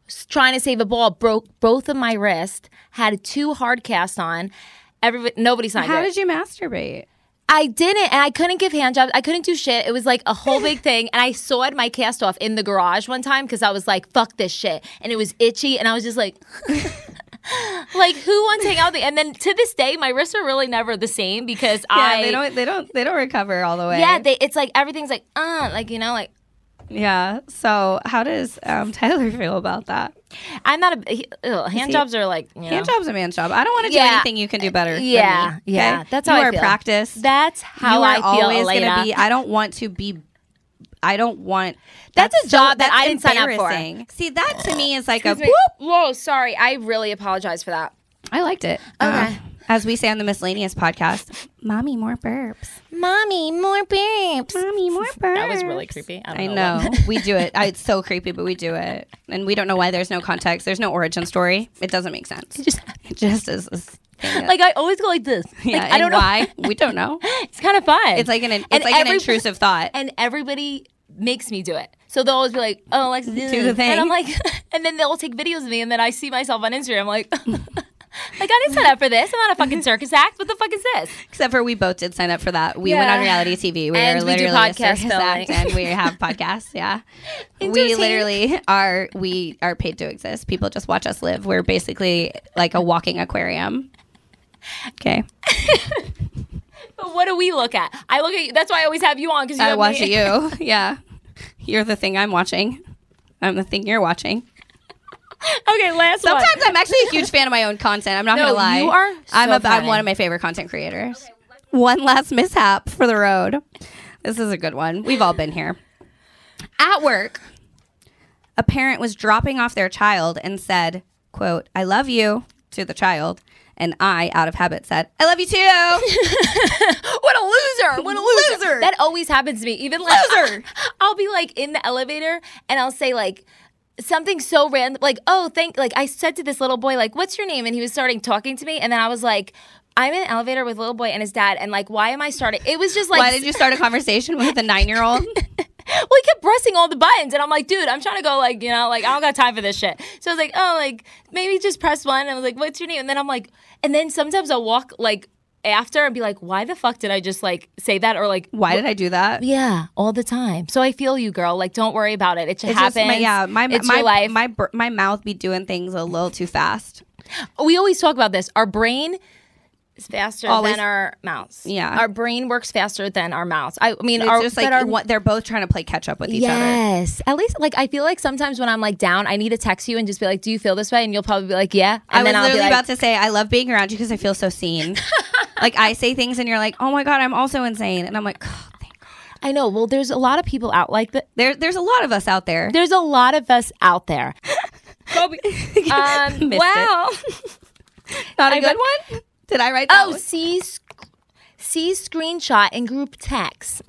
s- trying to save a ball. Broke both of my wrists. Had two hard casts on. Everybody, nobody signed
How
it.
did you masturbate?
I didn't, and I couldn't give hand jobs. I couldn't do shit. It was like a whole big thing. And I sawed my cast off in the garage one time because I was like, fuck this shit. And it was itchy, and I was just like, like, who wants to hang out with me? And then to this day, my wrists are really never the same because I.
yeah, they don't. They don't. They don't recover all the way.
yeah, they, it's like everything's like, uh, like, you know, like,
Yeah. So how does um, Tyler feel about that?
I'm not a. he- Ugh, hand jobs are like, you know.
Hand job's a man job. I don't want to
Yeah.
do anything you can do better. than
Yeah,
me,
yeah.
okay?
That's
you
how I
are
feel.
practiced.
That's how
you
I
are
feel,
always
Elena.
gonna be. I don't want to be. I don't want.
That's a
so-
job that I didn't sign up for.
embarrassing. See, that to me is like a.
Whoop. Whoa, sorry. I really apologize for that.
I liked it.
Okay.
Uh, as we say on the miscellaneous podcast, mommy more burps.
Mommy, more babes.
Mommy more burps.
That was really creepy. I, don't
I
know.
know. we do it. I, it's so creepy, but we do it. And we don't know why there's no context. There's no origin story. It doesn't make sense. It just, is. is-
Like I always go like this.
yeah,
like, I don't
and
know
why. We don't know.
It's kind of fun.
It's like an it's
And
like
every-
an intrusive thought.
and everybody makes me do it. So they'll always be like, "Oh, Alexa, do,
the
this." And I'm
thing.
like, and then they'll take videos of me, and then I see myself on Instagram. I'm like, like I didn't sign up for this. I'm not a fucking circus act. What the fuck is this?
Except for we both did sign up for that. We went
Yeah.
on reality TV. We
And
are
we do
literally a
podcast
circus act
filming.
and we have podcasts. Yeah. we
Entertain.
literally are we are paid to exist. People just watch us live. We're basically like a walking aquarium. Okay.
But what do we look at? I look at you. That's why I always have you on because you
I
have
watch
me.
you. Yeah. You're the thing I'm watching. I'm the thing you're watching.
Okay, last one.
Sometimes I'm actually a huge fan of my own content. I'm not
No,
gonna lie.
you are
I'm
so
a, I'm
funny.
one of my favorite content creators. one last mishap for the road. This is a good one. We've all been here. At work, a parent was dropping off their child and said, quote, I love you to the child. And I, out of habit, said, I love you too.
What a loser! What a loser!
Loser.
That always happens to me. Even like
Loser.
I'll be like in the elevator and I'll say like something so random, like oh thank like I said to this little boy like what's your name and he was starting talking to me and then I was like I'm in an elevator with a little boy and his dad and like why am I starting? It was just like
Why did you start a conversation with a nine year old?
well he kept pressing all the buttons and I'm like dude I'm trying to go like you know like I don't got time for this shit. So I was like oh like maybe just press one and I was like what's your name and then I'm like and then sometimes I'll walk like after and be like why the fuck did I just like say that or like
Why did I do that?
Yeah, all the time. So I feel you, girl. Like, don't worry about it. It just
It's
happens.
just my, yeah, my
it's
my,
your life.
my br- my mouth be doing things a little too fast.
we always talk about this. Our brain is faster
Always-
than our mouths.
Yeah.
our brain works faster than our mouths. I, mean,
It's
our,
just
but
like
our,
what, they're both trying to play catch up with each other.
Yes, at least like I feel like sometimes when I'm like down, I need to text you and just be like, "Do you feel this way?" And you'll probably be like, "Yeah," and
I was
I'll
literally
be like,
about to say I love being around you because I feel so seen. like I say things and you're like, oh my god, I'm also insane, and I'm like, oh, thank God.
"I know." Well, there's a lot of people out like that.
there there's a lot of us out there.
There's a lot of us out there. Um,
Missed it.
wow.
Not
Um,
a
I
good
bet-
one. Did I write that?
Oh,
one?
see, sc- see screenshot and group text.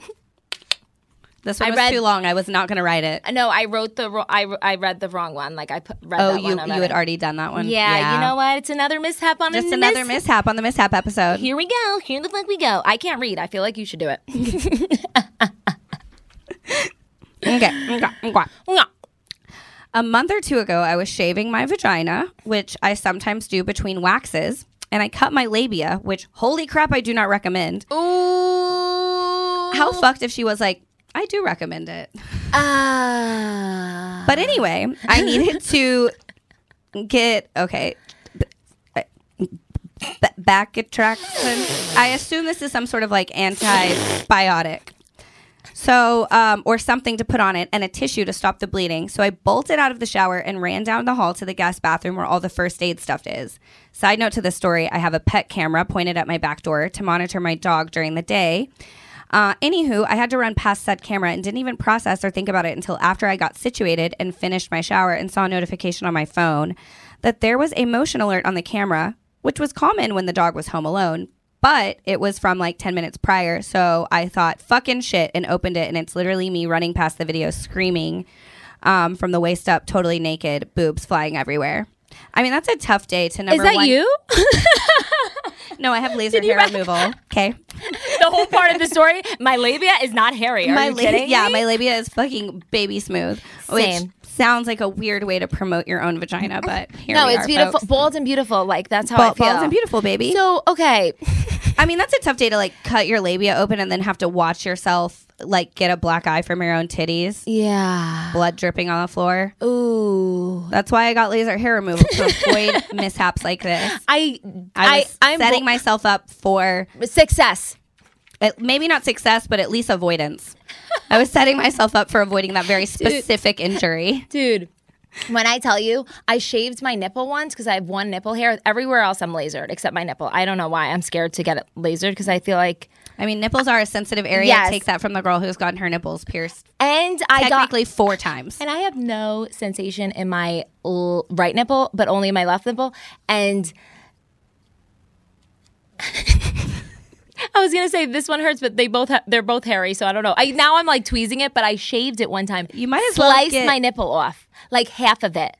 this one
I
was
read-
too long. I was not going to write it.
No, I wrote the wro- I, I read the wrong one. Like I put, read
Oh,
that
you
one. I read
you had
it.
already done that one.
Yeah, you know what? It's another mishap on
Just
a
another
mis-
mishap on the mishap episode.
Here we go. Here the fuck we go. I can't read. I feel like you should do it.
okay. okay, okay.
Mwah.
A month or two ago, I was shaving my vagina, which I sometimes do between waxes, and I cut my labia, which holy crap, I do not recommend.
Ooh.
How fucked if she was like, I do recommend it.
Ah.
But anyway, I needed to get okay. b- b- Back attraction. I assume this is some sort of like antibiotic. So, um, or something to put on it and a tissue to stop the bleeding. So I bolted out of the shower and ran down the hall to the guest bathroom where all the first aid stuff is. Side note to this story I have a pet camera pointed at my back door to monitor my dog during the day. Uh, anywho, I had to run past said camera and didn't even process or think about it until after I got situated and finished my shower and saw a notification on my phone that there was a motion alert on the camera, which was common when the dog was home alone, but it was from like 10 minutes prior. So I thought, fucking shit, and opened it. And it's literally me running past the video screaming um, from the waist up, totally naked, boobs flying everywhere. I mean, that's a tough day to
Is
number
that
one-
you?
No, I have laser hair removal. Okay.
the whole part of the story. My labia is not hairy. Are
my
you
labia,
kidding?
yeah,
me?
my labia is fucking baby smooth,
Same.
which sounds like a weird way to promote your own vagina, but here
No,
we
it's
are,
beautiful,
folks.
bald and beautiful. Like that's how
Bald,
I feel.
bald and beautiful, baby.
So okay,
I mean, that's a tough day to like cut your labia open and then have to watch yourself like get a black eye from your own titties,
yeah.
blood dripping on the floor.
Ooh,
That's why I got laser hair removal to avoid mishaps like this.
I
I
I,
was
I am
setting myself up for
success.
uh, maybe not success, but at least avoidance. I was setting myself up for avoiding that very specific injury.
Dude, when I tell you, I shaved my nipple once because I have one nipple hair. Everywhere else, I'm lasered except my nipple. I don't know why. I'm scared to get it lasered because I feel like.
I mean, nipples are a sensitive area.
Yes.
Take that from the girl who's gotten her nipples pierced
And I got.
technically four times.
And I have no sensation in my l- right nipple, but only in my left nipple. And. I was gonna say this one hurts, but they both ha- they're both hairy, so I don't know. I now I'm like tweezing it, but I shaved it one time.
You might as well
sliced
get-
my nipple off, like half of it.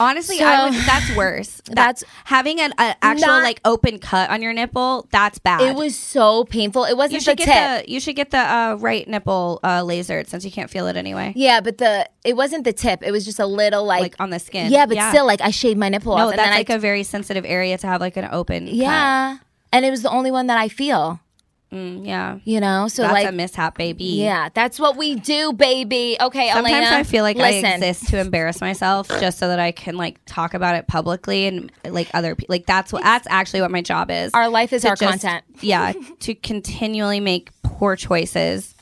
Honestly,
So-
I would, that's worse. That-
That's-
having an a actual
Not-
like open cut on your nipple. That's bad.
It was so painful. It wasn't
You should
the
get
tip.
the you should get the uh, right nipple uh, lasered since you can't feel it anyway.
Yeah, but the it wasn't the tip. It was just a little like,
Like on the skin.
Yeah, but
Yeah.
still like I shaved my nipple
No,
off.
that's
and
like
then
a
I
very sensitive area to have like an open. cut.
yeah, and it was the only one that I feel.
Mm, yeah.
You know, so
That's
like
a mishap, baby.
yeah, that's what we do, baby. Okay,
Sometimes
Elena,
I feel like
listen,
I exist to embarrass myself just so that I can like talk about it publicly and like other people. Like that's what that's actually what my job is.
Our life is
To
our content.
Yeah, to continually make poor choices,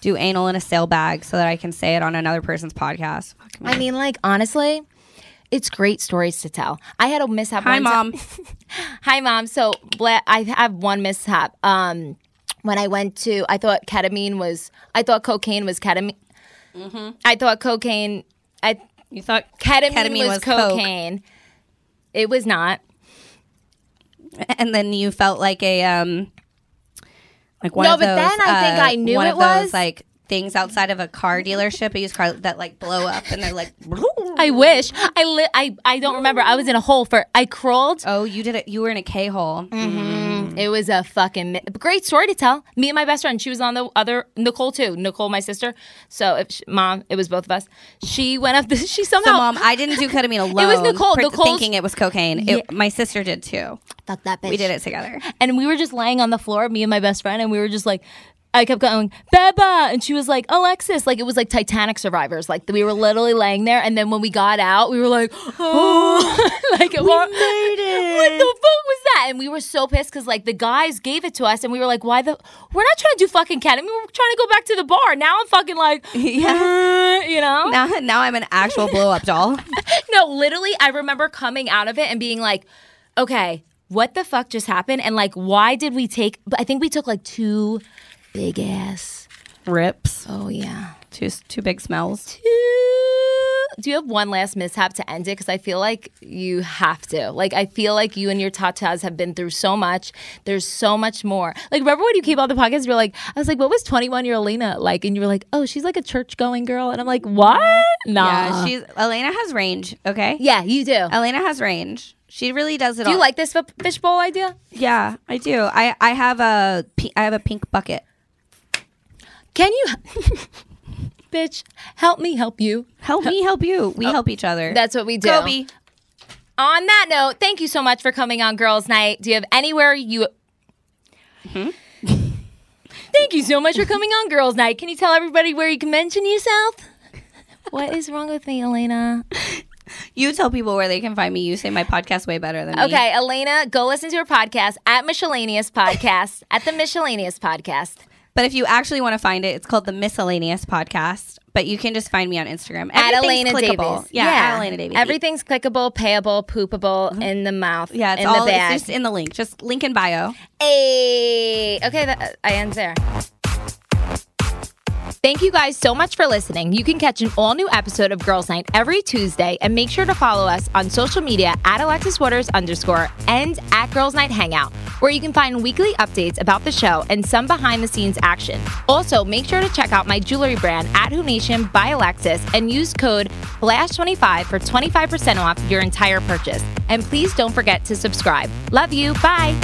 do anal in a sale bag so that I can say it on another person's podcast. Fucking-
I mean, like honestly, it's great stories to tell. I had a mishap.
Hi,
one ti-
mom.
Hi, mom. So bla- I have one mishap. Um, when I went to,
Mm-hmm.
I thought ketamine was, I thought cocaine was ketamine. I thought cocaine. I
You thought
ketamine,
Ketamine
was,
was coke.
cocaine. It was not.
and then you felt like a um like one
No,
of
but
those,
then I think
uh,
I knew
one
it
of those,
was.
like things outside of a car dealership a used car that like blow up and they're like
I wish. I li- I I don't remember. I was in a hole for. I crawled.
oh you did it you were in a k-hole
Mm. It was a fucking mi- great story to tell. Me and my best friend, she was on the other Nicole too. Nicole, my sister. So if she, mom, it was both of us. She went up. The, she somehow
so mom i didn't do ketamine alone
Nicole. Nicole's-
thinking it was cocaine it, my sister did too
fuck that bitch.
we did it together
and we were just laying on the floor, me and my best friend, and we were just like. I kept going, Beba, and she was like, Alexis, like it was like Titanic survivors, like we were literally laying there, and then when we got out, we were like, oh, like it was, What the fuck was that? And we were so pissed because like the guys gave it to us, and we were like, why the? We're not trying to do fucking cat. I mean, we're trying to go back to the bar. Now I'm fucking like, you know,
now, now i'm an actual blow-up doll
no, literally, I remember coming out of it and being like, okay, what the fuck just happened? And like, why did we take, but I think we took like two big ass.
rips
Oh, yeah.
two two big smells
Two- Do you have one last mishap to end it? Because I feel like you have to. Like, I feel like you and your tatas have been through so much. There's so much more. Like, remember when you came on the podcast? You were like, I was like, what was 21 year Alina like? And you were like, oh, she's like a church going girl. And I'm like, what? Nah.
yeah she's elena has range okay
yeah, you do.
elena has range she really does it
Do
all
you like this fi- fishbowl idea?
Yeah, I do. I I have a pi- I have a pink bucket.
Can you, bitch, help me help you?
Help me help you. We help each other.
That's what we do.
Kobe.
On that note, thank you so much for coming on Girls Night. Do you have anywhere you. thank you so much for coming on Girls Night. Can you tell everybody where you can mention yourself? What is wrong with me, Elena?
You tell people where they can find me. You say my podcast way better than me.
Okay, Elena, go listen to her podcast at Miscellaneous Podcast, at the Miscellaneous Podcast.
But if you actually want to find it, it's called the Miscellaneous Podcast. But you can just find me on Instagram
At
Everything's
Elena
clickable.
Davies.
Yeah, at Elena Davies. Mm-hmm.
Everything's clickable, payable, poopable, in the mouth,
Yeah, it's
in
all
the bag.
it's just in the link. Just link in bio.
Hey. Okay, that, I end there. Thank you guys so much for listening. You can catch an all new episode of Girls Night every Tuesday, and make sure to follow us on social media at Alexis Waters underscore and at Girls Night Hangout, where you can find weekly updates about the show and some behind the scenes action. Also, make sure to check out my jewelry brand at Who Nation by Alexis and use code FLASH25 for 25% off your entire purchase. And please don't forget to subscribe. Love you. Bye.